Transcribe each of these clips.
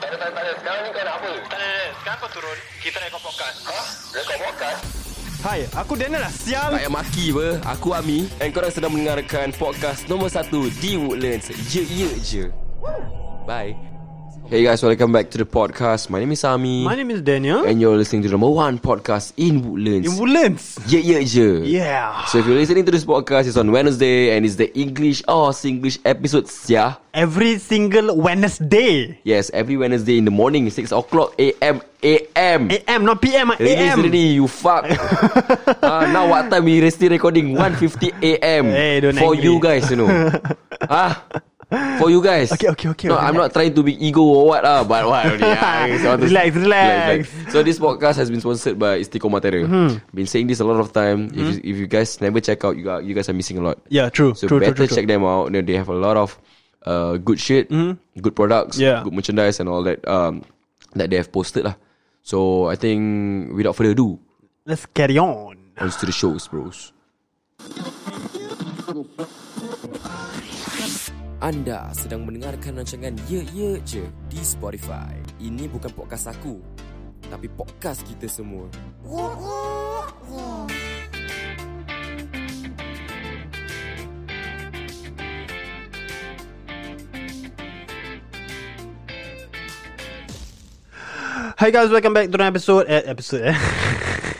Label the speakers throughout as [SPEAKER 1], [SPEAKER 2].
[SPEAKER 1] Tak ada, tak ada. Sekarang ni kau nak apa?
[SPEAKER 2] Tak ada, tak ada. Sekarang kau turun. Kita nak ikut podcast.
[SPEAKER 1] Ha? Rekod podcast?
[SPEAKER 3] Hai, aku Daniel lah sial.
[SPEAKER 4] Tak payah maki apa Aku Ami And korang sedang mendengarkan Podcast nombor 1 Di Woodlands Ye ye je Bye Hey guys, welcome back to the podcast My name is Ami
[SPEAKER 3] My name is Daniel.
[SPEAKER 4] And you're listening to the number 1 podcast In Woodlands
[SPEAKER 3] In Woodlands.
[SPEAKER 4] Ye ye je
[SPEAKER 3] Yeah.
[SPEAKER 4] So if you're listening to this podcast It's on Wednesday And it's the English or Singlish episode Sia
[SPEAKER 3] Every single Wednesday.
[SPEAKER 4] Yes, every Wednesday in the morning 6 o'clock AM AM
[SPEAKER 3] AM, not PM, ah,
[SPEAKER 4] Release
[SPEAKER 3] AM.
[SPEAKER 4] already You fuck uh, Now what time We still recording 1.50am
[SPEAKER 3] Hey, don't
[SPEAKER 4] For
[SPEAKER 3] angry.
[SPEAKER 4] you guys you know Ah, For you guys
[SPEAKER 3] Okay, okay, okay,
[SPEAKER 4] No I'm not trying to be ego or what lah But what only, ah, I want to-
[SPEAKER 3] Relax, relax.
[SPEAKER 4] So this podcast has been sponsored by Istiqomah Terra
[SPEAKER 3] Hmm.
[SPEAKER 4] Been saying this a lot of time if, you, if you guys never check out You, are, you guys are missing a lot
[SPEAKER 3] Yeah, true.
[SPEAKER 4] So
[SPEAKER 3] true,
[SPEAKER 4] better
[SPEAKER 3] true, true,
[SPEAKER 4] check
[SPEAKER 3] true.
[SPEAKER 4] them out They- They have a lot of uh, good shit Good products
[SPEAKER 3] Mm-hmm. Yeah.
[SPEAKER 4] Good merchandise and all that um, That they have posted lah So I think Without further ado
[SPEAKER 3] Let's carry on.
[SPEAKER 4] on to the shows, bros. Anda sedang mendengarkan rancangan Ye Ye Je di Spotify. Ini bukan podcast aku, tapi podcast kita semua.
[SPEAKER 3] Hi guys, welcome back to another episode. Eh, episode. Eh.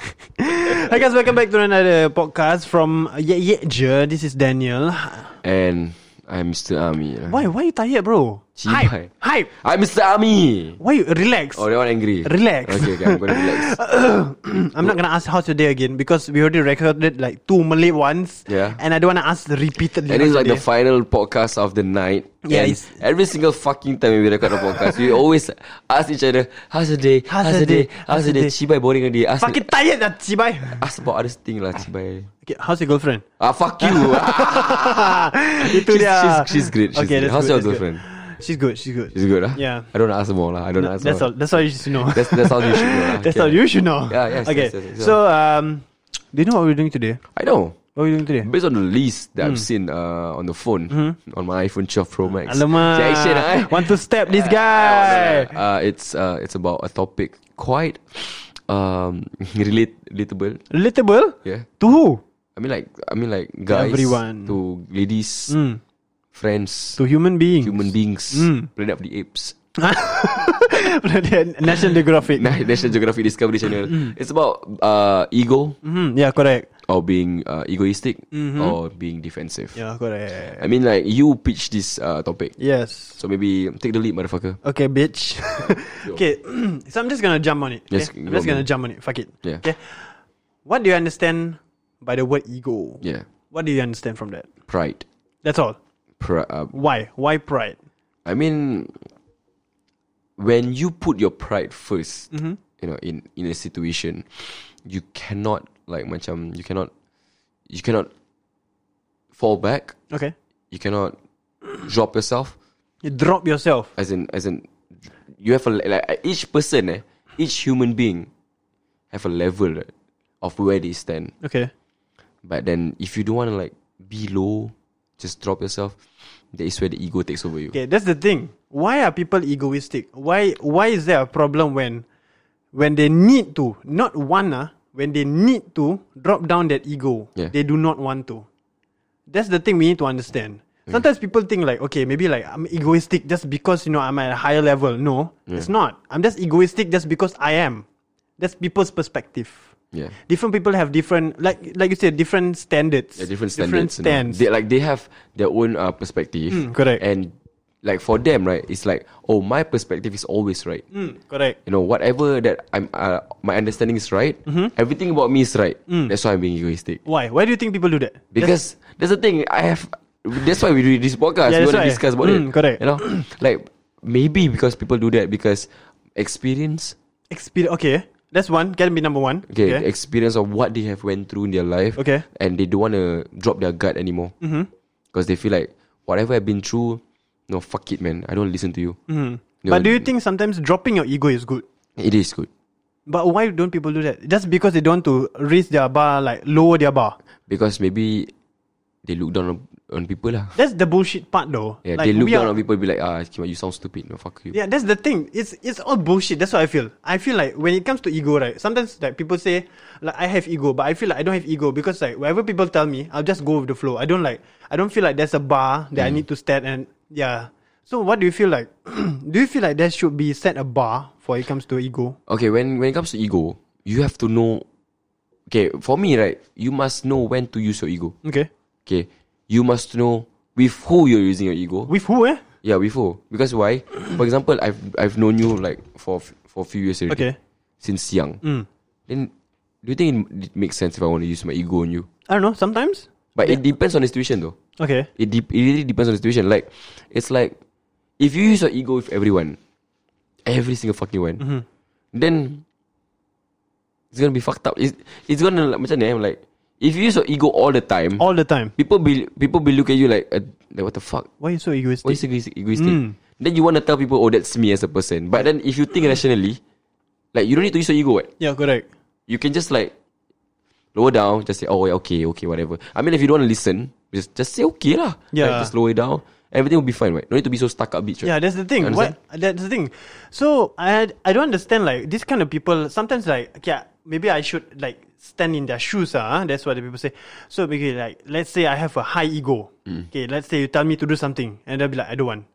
[SPEAKER 3] Hi guys, welcome back to another podcast from Yeah Yeah Je. This is Daniel.
[SPEAKER 4] And I'm Mr. Ami. lah.
[SPEAKER 3] Why? Why you tired, bro?
[SPEAKER 4] Cibai.
[SPEAKER 3] Hype, hype.
[SPEAKER 4] I'm Mr. Ami.
[SPEAKER 3] Why you relax?
[SPEAKER 4] Oh, that one angry.
[SPEAKER 3] Relax.
[SPEAKER 4] Okay, okay, I'm gonna relax.
[SPEAKER 3] I'm not gonna ask how's your day again because we already recorded like two Malay ones.
[SPEAKER 4] Yeah.
[SPEAKER 3] And I don't wanna ask repeatedly.
[SPEAKER 4] And it's like the
[SPEAKER 3] today.
[SPEAKER 4] final podcast of the night.
[SPEAKER 3] Yeah,
[SPEAKER 4] And
[SPEAKER 3] it's-
[SPEAKER 4] every single fucking time we record the podcast, we always ask each other, "How's the day?
[SPEAKER 3] How's
[SPEAKER 4] How's
[SPEAKER 3] the
[SPEAKER 4] the day?
[SPEAKER 3] day?
[SPEAKER 4] How's the day?" Cibai boring already. Ask
[SPEAKER 3] fucking tired, that cibai.
[SPEAKER 4] Ask about other thing lah Cibai
[SPEAKER 3] Okay, how's your girlfriend?
[SPEAKER 4] Ah fuck you Ah,
[SPEAKER 3] Itu
[SPEAKER 4] She's-
[SPEAKER 3] dia.
[SPEAKER 4] she's- she's great, she's great.
[SPEAKER 3] that's
[SPEAKER 4] How's
[SPEAKER 3] good,
[SPEAKER 4] your
[SPEAKER 3] that's good.
[SPEAKER 4] girlfriend?
[SPEAKER 3] She's good. She's good.
[SPEAKER 4] It's good lah
[SPEAKER 3] Yeah.
[SPEAKER 4] I don't ask more lah I don't ask
[SPEAKER 3] That's all.
[SPEAKER 4] more
[SPEAKER 3] That's all you should know.
[SPEAKER 4] That's, that's all you should know lah
[SPEAKER 3] That's
[SPEAKER 4] Okay.
[SPEAKER 3] all you should know.
[SPEAKER 4] Yeah, yes,
[SPEAKER 3] Okay.
[SPEAKER 4] yes, yes, yes.
[SPEAKER 3] so, um, do you know what we're doing today?
[SPEAKER 4] I know
[SPEAKER 3] What are we doing today?
[SPEAKER 4] Based on the list that I've
[SPEAKER 3] Hmm.
[SPEAKER 4] seen uh, on the phone on my iPhone 12 Pro Max.
[SPEAKER 3] Mm-hmm. Alamak.
[SPEAKER 4] Cik Action lah, eh.
[SPEAKER 3] Want to step this
[SPEAKER 4] Ah,
[SPEAKER 3] guy.
[SPEAKER 4] Uh, it's uh, it's about a topic quite um relate relatable.
[SPEAKER 3] Relatable?
[SPEAKER 4] Yeah.
[SPEAKER 3] To who?
[SPEAKER 4] I mean like I mean like guys
[SPEAKER 3] everyone. Mm.
[SPEAKER 4] to ladies, friends,
[SPEAKER 3] To Mm. human beings.
[SPEAKER 4] human beings, Planet of the Apes.
[SPEAKER 3] National Geographic.
[SPEAKER 4] Na- National Geographic Discovery Channel.
[SPEAKER 3] Mm.
[SPEAKER 4] It's about uh, ego
[SPEAKER 3] Mhm, yeah, correct.
[SPEAKER 4] or being uh, egoistic or being defensive.
[SPEAKER 3] Yeah, correct.
[SPEAKER 4] I mean, like you pitch this uh, topic,
[SPEAKER 3] Yes.
[SPEAKER 4] so maybe take the lead, motherfucker.
[SPEAKER 3] Okay, bitch. okay, so I'm just gonna jump on it.
[SPEAKER 4] Yes,
[SPEAKER 3] okay?
[SPEAKER 4] go
[SPEAKER 3] I'm just
[SPEAKER 4] on,
[SPEAKER 3] gonna
[SPEAKER 4] man.
[SPEAKER 3] jump on it. Fuck it.
[SPEAKER 4] Yeah.
[SPEAKER 3] Okay. What do you understand by the word ego?
[SPEAKER 4] Yeah,
[SPEAKER 3] What do you understand from that?
[SPEAKER 4] pride.
[SPEAKER 3] That's all.
[SPEAKER 4] Pri- uh,
[SPEAKER 3] Why? Why pride?
[SPEAKER 4] I mean, when you put your pride 1st you know, in in a situation, you cannot like macam you cannot you cannot fall back.
[SPEAKER 3] Okay.
[SPEAKER 4] You cannot drop yourself.
[SPEAKER 3] You drop yourself.
[SPEAKER 4] as in as in you have a le- like each person eh, each human being have a level right, of where they stand
[SPEAKER 3] Okay.
[SPEAKER 4] but then if you don't want to like be low just drop yourself that is where the ego takes over you
[SPEAKER 3] Okay, that's the thing. Why are people egoistic? Why why is there a problem when when they need to, not wanna, when they need to drop down that ego,
[SPEAKER 4] Yeah.
[SPEAKER 3] they do not want to. That's the thing we need to understand.
[SPEAKER 4] Mm.
[SPEAKER 3] Sometimes people think like, okay, maybe like I'm egoistic just because you know I'm at a higher level. No, it's not. I'm just egoistic just because I am. That's people's perspective.
[SPEAKER 4] yeah
[SPEAKER 3] Different people have different, like like you said, different standards.
[SPEAKER 4] Yeah, different standards you know.
[SPEAKER 3] stands. Mm,
[SPEAKER 4] They, like they have their own uh, perspective
[SPEAKER 3] correct.
[SPEAKER 4] and like for them right it's like oh my perspective is always right
[SPEAKER 3] Mm, correct.
[SPEAKER 4] you know whatever that i'm uh, my understanding is right
[SPEAKER 3] Mm-hmm.
[SPEAKER 4] everything about me is right
[SPEAKER 3] Mm.
[SPEAKER 4] that's why i'm being egoistic
[SPEAKER 3] Why? Why do you think people do that?
[SPEAKER 4] Because that's, the thing. I have. That's why we do this podcast.
[SPEAKER 3] Yeah,
[SPEAKER 4] we
[SPEAKER 3] that's
[SPEAKER 4] want to
[SPEAKER 3] why.
[SPEAKER 4] discuss about
[SPEAKER 3] Mm,
[SPEAKER 4] it.
[SPEAKER 3] correct.
[SPEAKER 4] You know, like maybe because people do that because experience.
[SPEAKER 3] experience. Okay, that's one. Can be number one.
[SPEAKER 4] Okay, the experience of what they have went through in their life.
[SPEAKER 3] Okay. Mm-hmm.
[SPEAKER 4] And they don't want to drop their gut anymore. Because they feel like whatever I've been through, no fuck it, man. I don't listen to you. Mm-hmm.
[SPEAKER 3] but do you think sometimes dropping your ego is good?
[SPEAKER 4] it is good?
[SPEAKER 3] But why don't people do that? Just because they don't want to raise their bar, like lower their bar.
[SPEAKER 4] Because maybe they look down on, on people lah.
[SPEAKER 3] That's the bullshit part though.
[SPEAKER 4] Yeah, they
[SPEAKER 3] we
[SPEAKER 4] look down
[SPEAKER 3] are-
[SPEAKER 4] on people be like, ah, Kimak, you sound stupid. No, fuck you.
[SPEAKER 3] Yeah, that's the thing. It's it's all bullshit. That's what I feel. I feel like when it comes to ego, right? Sometimes like people say, like I have ego, but I feel like I don't have ego because like whatever people tell me, I'll just go with the flow. I don't like I don't feel like there's a bar that I
[SPEAKER 4] Mm.
[SPEAKER 3] need to set and yeah. So what do you feel like? do you feel like there should be set a bar for it comes to ego?
[SPEAKER 4] Okay, when when it comes to ego, you have to know. Okay, for me, right, you must know when to use your ego.
[SPEAKER 3] Okay.
[SPEAKER 4] Okay, you must know with who you're using your ego.
[SPEAKER 3] With who eh?
[SPEAKER 4] Yeah, with who? Because why? For example, I've I've known you like for f- for a few years already.
[SPEAKER 3] Okay.
[SPEAKER 4] Since young. Then, do you think it it makes sense if I want to use my ego on you?
[SPEAKER 3] I don't know, sometimes?
[SPEAKER 4] But it depends on the situation, though.
[SPEAKER 3] Okay.
[SPEAKER 4] It de- it really depends on the situation. Like, it's like if you use your ego with everyone, every single fucking one, then it's gonna be fucked up. It's it's gonna like, macam ni, eh, like if you use your ego all the time,
[SPEAKER 3] All the time.
[SPEAKER 4] people be people be look at you like, uh, like what the fuck?
[SPEAKER 3] Why you so egoistic?
[SPEAKER 4] Why you so egoistic? egoistic? Then you want to tell people, oh, that's me as a person. But then if you think rationally, like you don't need to use your ego. What?
[SPEAKER 3] yeah, correct.
[SPEAKER 4] You can just like lower down, just say, oh, yeah, okay, okay, whatever. I mean, if you don't want to listen, just just say okay lah.
[SPEAKER 3] Yeah.
[SPEAKER 4] Like, just lower it down. Everything will be fine, right? No need to be so stuck up, bitch.
[SPEAKER 3] Yeah,
[SPEAKER 4] Right?
[SPEAKER 3] that's the thing. What
[SPEAKER 4] Understand?
[SPEAKER 3] that's the thing. So I I don't understand like this kind of people. Sometimes like okay, maybe I should like stand in their shoes. Ah, that's what the people say. So maybe like let's say I have a high ego.
[SPEAKER 4] Mm.
[SPEAKER 3] Okay, let's say you tell me to do something, and I'll be like I don't want.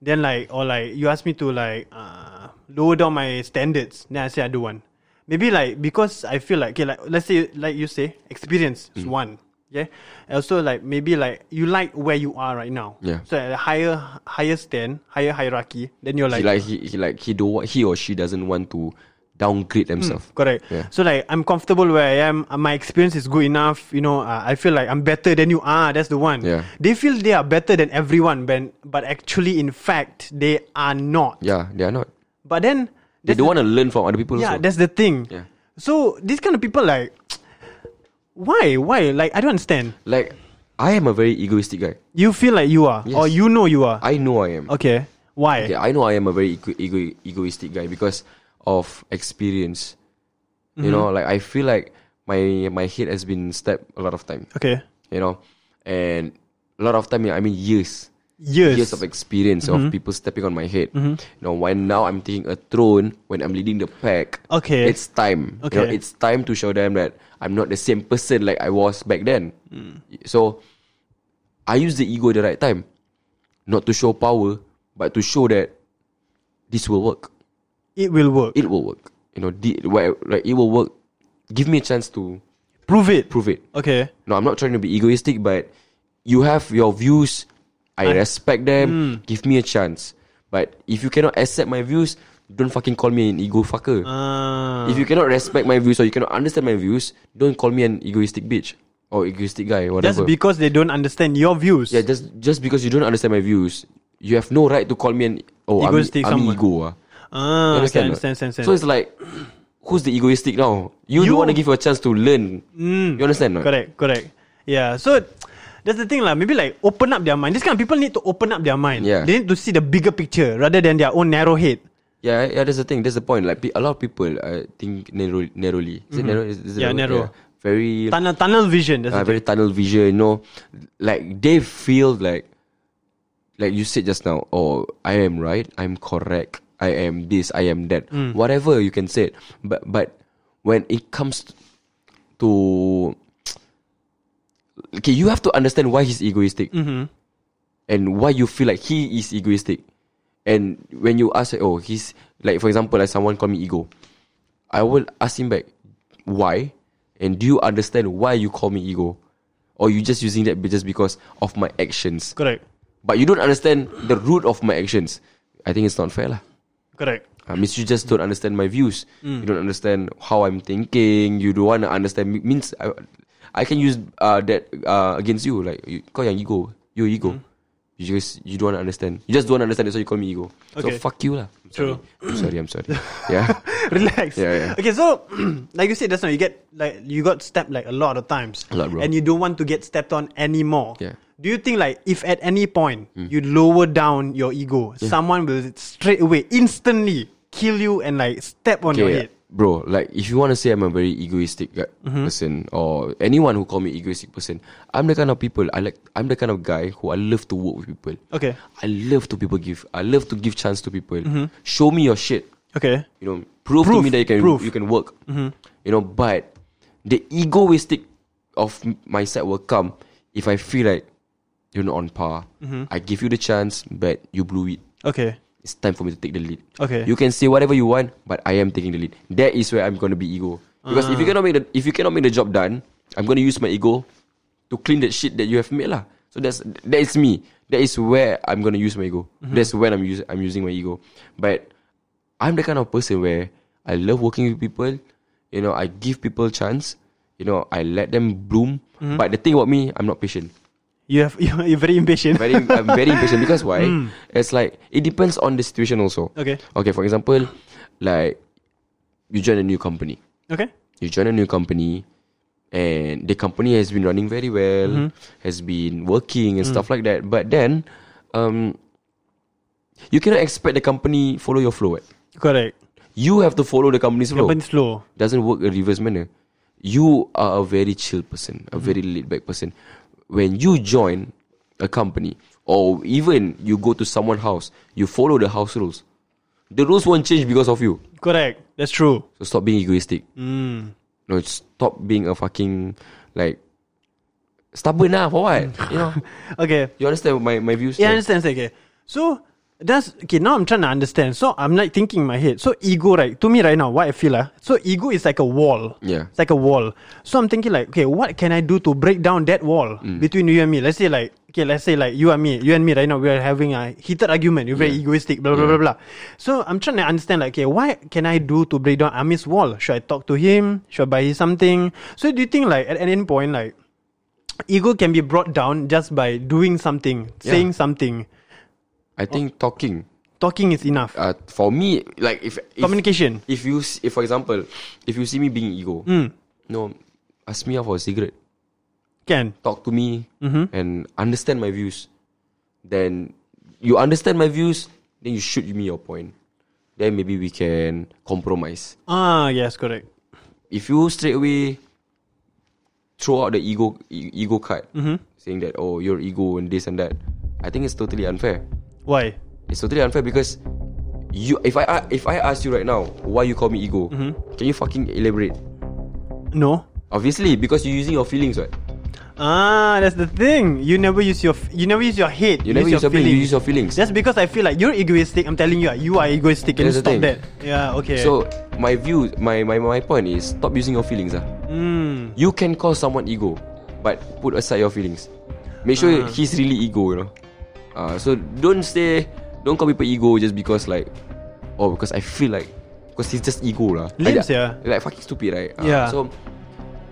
[SPEAKER 3] Then like or like you ask me to like uh, lower down my standards. Then I say I don't want. Maybe like because I feel like okay, like let's say like you say experience
[SPEAKER 4] Mm.
[SPEAKER 3] is one. Yeah. Also like maybe like you like where you are right now.
[SPEAKER 4] Yeah.
[SPEAKER 3] So at a higher higher stand, higher hierarchy, then you're
[SPEAKER 4] He
[SPEAKER 3] like,
[SPEAKER 4] like he, he like he do not he or she doesn't want to downgrade themselves.
[SPEAKER 3] correct.
[SPEAKER 4] Yeah.
[SPEAKER 3] So like I'm comfortable where I am. uh, My experience is good enough. You know, uh, I feel like I'm better than you are. That's the one.
[SPEAKER 4] Yeah.
[SPEAKER 3] They feel they are better than everyone, but but actually in fact they are not.
[SPEAKER 4] Yeah, they are not.
[SPEAKER 3] But then
[SPEAKER 4] They
[SPEAKER 3] that's
[SPEAKER 4] don't want to learn from other people.
[SPEAKER 3] Yeah,
[SPEAKER 4] also.
[SPEAKER 3] that's the thing.
[SPEAKER 4] Yeah.
[SPEAKER 3] So these kind of people like, why why like I don't understand.
[SPEAKER 4] like I am a very egoistic guy.
[SPEAKER 3] You feel like you are,
[SPEAKER 4] Yes.
[SPEAKER 3] or you know you are.
[SPEAKER 4] I know I am.
[SPEAKER 3] okay. Why?
[SPEAKER 4] Yeah, I know I am a very ego- ego- egoistic guy because of experience. You
[SPEAKER 3] Mm-hmm.
[SPEAKER 4] know, like I feel like my my head has been stabbed a lot of time.
[SPEAKER 3] Okay.
[SPEAKER 4] You know, and a lot of time I mean years,
[SPEAKER 3] Years.
[SPEAKER 4] years of experience
[SPEAKER 3] Mm-hmm.
[SPEAKER 4] of people stepping on my head. You know, when now I'm taking a throne when I'm leading the pack.
[SPEAKER 3] Okay.
[SPEAKER 4] it's time. You know,
[SPEAKER 3] Okay.
[SPEAKER 4] it's time to show them that I'm not the same person like I was back then.
[SPEAKER 3] Mm.
[SPEAKER 4] So I use the ego at the right time. Not to show power, but to show that this will work.
[SPEAKER 3] it will work.
[SPEAKER 4] It will work. You know, the, wha- like it will work. Give me a chance to
[SPEAKER 3] Prove it.
[SPEAKER 4] prove it.
[SPEAKER 3] Okay.
[SPEAKER 4] No, I'm not trying to be egoistic, but you have your views. I, respect
[SPEAKER 3] Hmm.
[SPEAKER 4] them. Give me a chance. But if you cannot accept my views, don't fucking call me an ego fucker.
[SPEAKER 3] Uh,
[SPEAKER 4] If you cannot respect my views or you cannot understand my views, don't call me an egoistic bitch or egoistic guy, whatever.
[SPEAKER 3] just because they don't understand your views.
[SPEAKER 4] yeah, just just because you don't understand my views, you have no right to call me an oh
[SPEAKER 3] Egoistic
[SPEAKER 4] I'm, I'm
[SPEAKER 3] someone.
[SPEAKER 4] ego. ah.
[SPEAKER 3] ah, okay,
[SPEAKER 4] Understand or not?
[SPEAKER 3] understand, understand, understand.
[SPEAKER 4] So it's like, who's the egoistic now?
[SPEAKER 3] You-
[SPEAKER 4] You,
[SPEAKER 3] Hmm.
[SPEAKER 4] don't want to give her a chance to learn. You understand? Not?
[SPEAKER 3] correct, correct. Yeah, so that's the thing lah. Maybe like open up their mind. These kind of people need to open up their mind.
[SPEAKER 4] Yeah.
[SPEAKER 3] They need to see the bigger picture rather than their own narrow head.
[SPEAKER 4] Yeah, yeah. That's the thing. That's the point. Like pe- a lot of people uh, think narrow, narrowly. Is it narrow? Is, is
[SPEAKER 3] Mm-hmm.
[SPEAKER 4] it
[SPEAKER 3] Yeah,
[SPEAKER 4] narrow?
[SPEAKER 3] narrow.
[SPEAKER 4] Very
[SPEAKER 3] Tunnel, tunnel vision. That's
[SPEAKER 4] uh,
[SPEAKER 3] the
[SPEAKER 4] very tunnel vision, you know. Like they feel like like you said just now, oh I am right, I'm correct, I am this, I am that.
[SPEAKER 3] Mm.
[SPEAKER 4] Whatever you can say it. But but when it comes to Okay, you have to understand why he's egoistic and why you feel like he is egoistic. And when you ask, oh, he's like, for example, like someone call me ego, I will ask him back, why? And do you understand why you call me ego? Or you just using that be- just because of my actions?
[SPEAKER 3] Correct,
[SPEAKER 4] But you don't understand the root of my actions. I think it's not fair, lah.
[SPEAKER 3] correct.
[SPEAKER 4] I mean, Ah, you just don't understand my views.
[SPEAKER 3] Mm.
[SPEAKER 4] You don't understand how I'm thinking. You don't want to understand. Me- Means I, I can use uh, that uh, against you. Like, you, kau yang ego. You ego.
[SPEAKER 3] Mm.
[SPEAKER 4] You just, you don't want to understand. You just don't wanna understand. That's why you call me ego.
[SPEAKER 3] Okay.
[SPEAKER 4] So, fuck you lah.
[SPEAKER 3] True.
[SPEAKER 4] I'm sorry, I'm sorry. yeah.
[SPEAKER 3] Relax.
[SPEAKER 4] Yeah, yeah.
[SPEAKER 3] Okay, so like you said just now, you get like you got stabbed like a lot of times,
[SPEAKER 4] A lot, bro.
[SPEAKER 3] and you don't want to get stepped on anymore.
[SPEAKER 4] Yeah. Hmm.
[SPEAKER 3] Do you think like if at any point you lower down your ego, someone will straight away instantly kill you and like step on your
[SPEAKER 4] Okay,
[SPEAKER 3] head?
[SPEAKER 4] bro, like if you want to say I'm a very egoistic guy,
[SPEAKER 3] Mm-hmm.
[SPEAKER 4] person or anyone who call me egoistic person, I'm the kind of people I like. I'm the kind of guy who I love to work with people.
[SPEAKER 3] Okay.
[SPEAKER 4] I love to people give. I love to give chance to people. Show me your shit.
[SPEAKER 3] Okay.
[SPEAKER 4] You know, prove, to
[SPEAKER 3] Proof,
[SPEAKER 4] me that you can
[SPEAKER 3] proof. Mm-hmm.
[SPEAKER 4] you can work. You know, but the egoistic of m- my side will come if I feel like you're not on par.
[SPEAKER 3] Mm-hmm.
[SPEAKER 4] I give you the chance, but you blew it.
[SPEAKER 3] Okay.
[SPEAKER 4] It's time for me to take the lead.
[SPEAKER 3] Okay.
[SPEAKER 4] You can say whatever you want, but I am taking the lead. That is where I'm gonna be ego. Because if you cannot make the if you cannot make the job done, I'm gonna use my ego to clean that shit that you have made lah. So that's that is me. That is where I'm gonna use my ego. That's when I'm using I'm using my ego. But I'm the kind of person where I love working with people. You know, I give people chance. You know, I let them bloom. But the thing about me, I'm not patient.
[SPEAKER 3] You have you, you're very impatient.
[SPEAKER 4] Very, I'm very impatient because why? It's like it depends on the situation also.
[SPEAKER 3] Okay.
[SPEAKER 4] Hmm. Okay, for example, like you join a new company.
[SPEAKER 3] okay.
[SPEAKER 4] You join a new company and the company has been running very well, has been working and stuff like that. But then um you cannot expect the company follow your flow. eh?
[SPEAKER 3] Correct.
[SPEAKER 4] You have to follow the company's flow.
[SPEAKER 3] Company slow.
[SPEAKER 4] Doesn't work a reverse manner. You are a very chill person, a very laid back person. When you join a company or even you go to someone's house, you follow the house rules. The rules won't change because of you.
[SPEAKER 3] Correct. That's true.
[SPEAKER 4] So stop being egoistic. No, stop being a fucking like stubborn lah for what? you know,
[SPEAKER 3] Okay.
[SPEAKER 4] you understand my my views?
[SPEAKER 3] Yeah, I
[SPEAKER 4] there?
[SPEAKER 3] understand. understand, Okay. So that's okay. Now I'm trying to understand. So I'm like thinking in my head. So ego, right? To me, right now, what I feel, ah, so ego is like a wall.
[SPEAKER 4] Yeah.
[SPEAKER 3] It's like a wall. So I'm thinking like, okay, what can I do to break down that wall
[SPEAKER 4] Mm.
[SPEAKER 3] between you and me? Let's say like, okay, let's say like you and me, you and me right now, we are having a heated argument. You're very egoistic, blah blah blah blah. So I'm trying to understand like, okay, what can I do to break down Amir's wall? Should I talk to him? Should I buy him something? So do you think like at any point like ego can be brought down just by doing something,
[SPEAKER 4] Yeah.
[SPEAKER 3] saying something.
[SPEAKER 4] I think talking.
[SPEAKER 3] Talking is enough.
[SPEAKER 4] Uh, for me, like if, if
[SPEAKER 3] Communication.
[SPEAKER 4] if you s- if for example, if you see me being ego, no, ask me out for a cigarette,
[SPEAKER 3] Can.
[SPEAKER 4] talk to me, and understand my views. Then you understand my views, then you shoot me your point. Then maybe we can compromise.
[SPEAKER 3] Ah, yes, correct.
[SPEAKER 4] If you straight away throw out the ego e- ego card, saying that oh your ego and this and that, I think it's totally unfair.
[SPEAKER 3] Why?
[SPEAKER 4] It's totally unfair because you if I a- if I ask you right now why you call me ego, can you fucking elaborate?
[SPEAKER 3] No.
[SPEAKER 4] Obviously, because you're using your feelings, right?
[SPEAKER 3] Ah, that's the thing. You never use your f- you never use your head.
[SPEAKER 4] You never use your brain, you use your feelings.
[SPEAKER 3] That's because I feel like you're egoistic. I'm telling you, ah, you are egoistic. Can you
[SPEAKER 4] That's the
[SPEAKER 3] stop
[SPEAKER 4] thing.
[SPEAKER 3] that? Yeah. Okay.
[SPEAKER 4] So my view, my, my my point is stop using your feelings. Ah.
[SPEAKER 3] Hmm,
[SPEAKER 4] You can call someone ego, but put aside your feelings. Make sure
[SPEAKER 3] Ah.
[SPEAKER 4] he's really ego, you know. Uh, so don't say don't call people ego just because like oh because I feel like because he's just ego lah.
[SPEAKER 3] Limbs,
[SPEAKER 4] like, that-
[SPEAKER 3] yeah.
[SPEAKER 4] Like fucking stupid, right? Ah,
[SPEAKER 3] Yeah.
[SPEAKER 4] So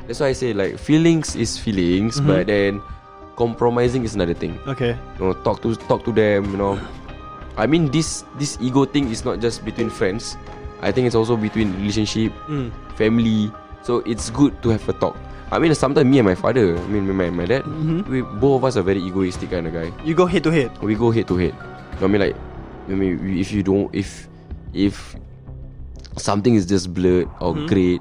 [SPEAKER 4] that's why I say like feelings is feelings, but
[SPEAKER 3] Mhm.
[SPEAKER 4] then compromising is another thing.
[SPEAKER 3] okay.
[SPEAKER 4] you know, talk to talk to them, you know. I mean this this ego thing is not just between friends. I think it's also between relationship, family. So it's good to have a talk. I mean sometimes me and my father, I mean my my dad, we both of us are very egoistic kind of guy.
[SPEAKER 3] You go head to head.
[SPEAKER 4] We go head to head. You know what I mean like I mean we- if you don't if if something is just blurred or grey,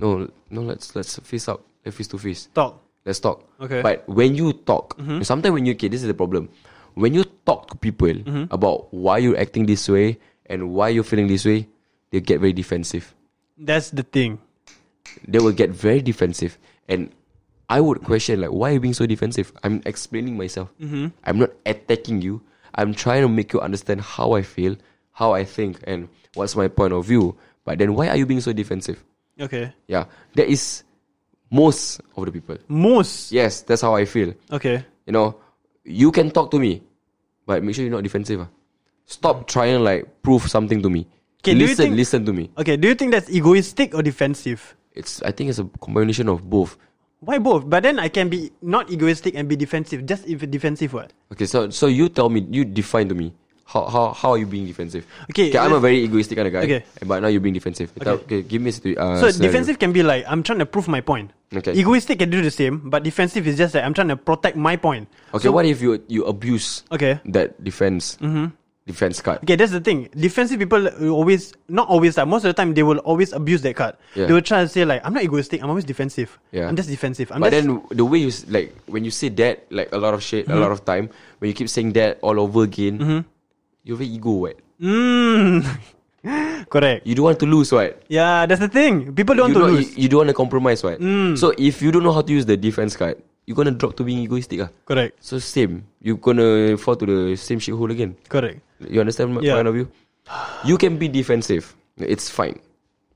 [SPEAKER 4] no no let's let's face up. Let's face to face.
[SPEAKER 3] Talk.
[SPEAKER 4] Let's talk.
[SPEAKER 3] Okay.
[SPEAKER 4] But when you talk, sometimes when you okay, this is the problem. When you talk to people about why you're acting this way and why you're feeling this way, they get very defensive.
[SPEAKER 3] That's the thing.
[SPEAKER 4] They will get very defensive, and I would question like, why are you being so defensive? I'm explaining myself. I'm not attacking you. I'm trying to make you understand how I feel, how I think, and what's my point of view. But then, why are you being so defensive?
[SPEAKER 3] Okay.
[SPEAKER 4] Yeah, that is most of the people.
[SPEAKER 3] Mm. Most.
[SPEAKER 4] Yes, that's how I feel.
[SPEAKER 3] Okay.
[SPEAKER 4] You know, you can talk to me, but make sure you're not defensive. ah. Stop trying to like prove something to me.
[SPEAKER 3] Okay, do you
[SPEAKER 4] listen,
[SPEAKER 3] think-
[SPEAKER 4] listen to me.
[SPEAKER 3] Okay. Do you think that's egoistic or defensive?
[SPEAKER 4] It's I think it's a combination of both.
[SPEAKER 3] Why both? But then I can be not egoistic and be defensive. Just if defensive, what?
[SPEAKER 4] Okay, so so you tell me, you define to me how how how are you being defensive?
[SPEAKER 3] Okay,
[SPEAKER 4] I'm a
[SPEAKER 3] let's-
[SPEAKER 4] very egoistic kind of guy.
[SPEAKER 3] Okay.
[SPEAKER 4] but now you're being defensive. Okay, give me a situ- uh,
[SPEAKER 3] So
[SPEAKER 4] scenario.
[SPEAKER 3] defensive can be like I'm trying to prove my point.
[SPEAKER 4] Okay.
[SPEAKER 3] Egoistic can do the same, but defensive is just like I'm trying to protect my point.
[SPEAKER 4] Okay, what if you you abuse
[SPEAKER 3] Okay.
[SPEAKER 4] that defense? Mm-hmm. defense card.
[SPEAKER 3] Okay, that's the thing. Defensive people will always, not always, like, most of the time, they will always abuse that card.
[SPEAKER 4] Yeah.
[SPEAKER 3] They will try to say, like, I'm not egoistic, I'm always defensive. I'm
[SPEAKER 4] Yeah.
[SPEAKER 3] just defensive. I'm
[SPEAKER 4] But
[SPEAKER 3] just, Mm-hmm.
[SPEAKER 4] then the way you s- like when you say that like a lot of shit a lot of time when you keep saying that all over again, you're very ego what.
[SPEAKER 3] Mm. correct.
[SPEAKER 4] You don't want to lose what.
[SPEAKER 3] Yeah, that's the thing. People don't want
[SPEAKER 4] you,
[SPEAKER 3] to
[SPEAKER 4] don't,
[SPEAKER 3] lose. Mm.
[SPEAKER 4] You, you don't want to compromise what. So if you don't know how to use the defense card, you're gonna drop to being egoistic ah.
[SPEAKER 3] correct,
[SPEAKER 4] So same, you're gonna fall to the same shithole again.
[SPEAKER 3] correct.
[SPEAKER 4] You understand my
[SPEAKER 3] Yeah.
[SPEAKER 4] point of view? You can be defensive. It's fine.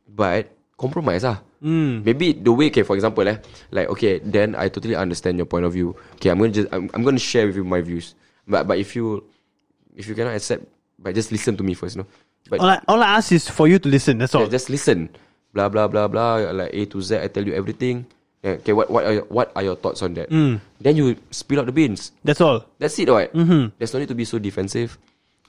[SPEAKER 4] But compromise ah. Maybe the way okay, for example, eh, like okay, then I totally understand your point of view. Okay, I'm gonna just I'm, I'm gonna share with you my views. But but if you if you cannot accept, but just listen to me first, no? But
[SPEAKER 3] All I, all I ask is for you to listen, that's all.
[SPEAKER 4] yeah, just listen. Blah blah blah blah. Like A to Z, I tell you everything. Yeah, okay, what what are your, what are your thoughts on that? Then you spill out the beans.
[SPEAKER 3] that's all.
[SPEAKER 4] That's it, right? Mm-hmm. There's no need to be so defensive.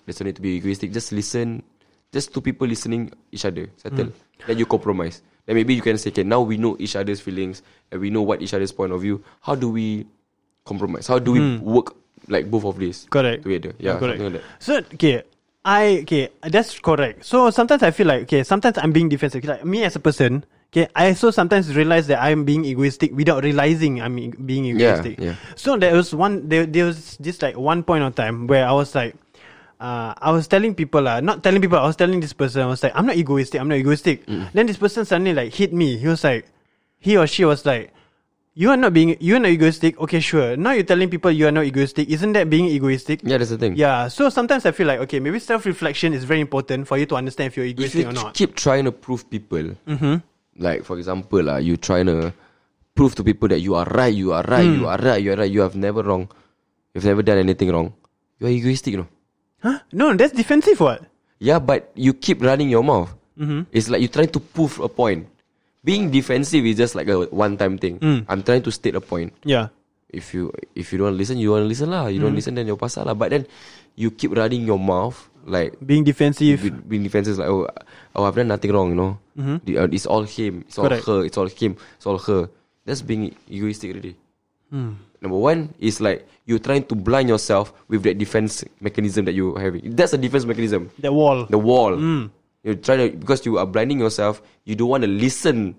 [SPEAKER 4] There's no need to be egoistic. Just listen. Just two people listening each other. Settle.
[SPEAKER 3] Mm.
[SPEAKER 4] Then you compromise. Then maybe you can say, okay, now we know each other's feelings and we know what each other's point of view. How do we compromise? How do we work like both of
[SPEAKER 3] Mm.
[SPEAKER 4] these
[SPEAKER 3] Correct.
[SPEAKER 4] together? Yeah,
[SPEAKER 3] correct.
[SPEAKER 4] something like that.
[SPEAKER 3] So okay, I okay, that's correct. So sometimes I feel like okay, sometimes I'm being defensive. Like me as a person, okay, I also sometimes realize that I'm being egoistic without realizing I'm e- being egoistic.
[SPEAKER 4] yeah.
[SPEAKER 3] So there was one there there was just like one point of time where I was like. Uh, I was telling people, uh, not telling people, I was telling this person, I was like, I'm not egoistic, I'm not egoistic.
[SPEAKER 4] Mm.
[SPEAKER 3] Then this person suddenly like hit me. He was like, he or she was like, You are not being, you are not egoistic. Okay, sure. Now you're telling people you are not egoistic. Isn't that being egoistic?
[SPEAKER 4] Yeah, that's the thing.
[SPEAKER 3] Yeah, so sometimes I feel like okay, maybe self reflection is very important for you to understand if you're
[SPEAKER 4] if
[SPEAKER 3] egoistic
[SPEAKER 4] you
[SPEAKER 3] or not. Mm-hmm.
[SPEAKER 4] keep trying to prove people, like for example, lah, you trying to prove to people that you are right, you are right,
[SPEAKER 3] Mm.
[SPEAKER 4] you are right, you are right, you have never wrong, you've never done anything wrong. You're egoistic, you know.
[SPEAKER 3] Huh? No, that's defensive. What?
[SPEAKER 4] Yeah, but you keep running your mouth. It's like you try to prove a point. Being defensive is just like a one-time thing. I'm trying to state a point.
[SPEAKER 3] Yeah,
[SPEAKER 4] If you if you don't listen, you don't listen lah. You don't listen, then you're pasal lah. But then you keep running your mouth like
[SPEAKER 3] being defensive.
[SPEAKER 4] be- being defensive like oh, oh I've done nothing wrong you know The- uh, it's all him it's all
[SPEAKER 3] Correct.
[SPEAKER 4] her it's all him it's all her that's being egoistic already number one is like you're trying to blind yourself with that defense mechanism that you're having that's a defense mechanism
[SPEAKER 3] That wall.
[SPEAKER 4] the wall
[SPEAKER 3] Mm.
[SPEAKER 4] you're trying to because you are blinding yourself you don't want to listen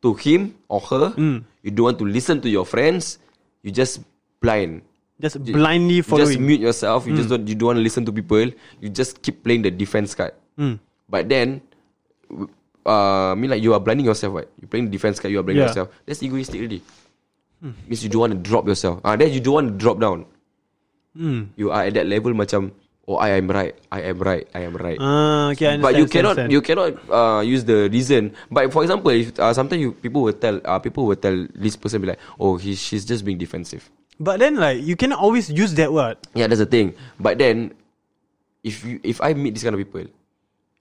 [SPEAKER 4] to him or her
[SPEAKER 3] Mm.
[SPEAKER 4] you don't want to listen to your friends you just blind
[SPEAKER 3] Just blindly
[SPEAKER 4] just
[SPEAKER 3] following. Mm.
[SPEAKER 4] mute yourself. You just don't. You don't want to listen to people. You just keep playing the defense card.
[SPEAKER 3] Mm.
[SPEAKER 4] But then, w- uh, I mean, like you are blinding yourself. Right? You're playing defense card. You are blinding
[SPEAKER 3] Yeah. Hmm.
[SPEAKER 4] yourself. That's egoistic, really. Means you don't want to drop yourself. Ah, then you don't want to drop down.
[SPEAKER 3] Hmm.
[SPEAKER 4] You are at that level, macam. Oh, I am right. I am right. I am right.
[SPEAKER 3] Ah, okay, I understand.
[SPEAKER 4] But you
[SPEAKER 3] understand,
[SPEAKER 4] cannot
[SPEAKER 3] understand.
[SPEAKER 4] you cannot uh, use the reason. But for example, if, uh, sometimes you people will tell uh, people will tell this person be like, oh, he, she's just being defensive.
[SPEAKER 3] But then like you cannot always use that word.
[SPEAKER 4] Yeah, that's the thing. But then, if you if I meet this kind of people,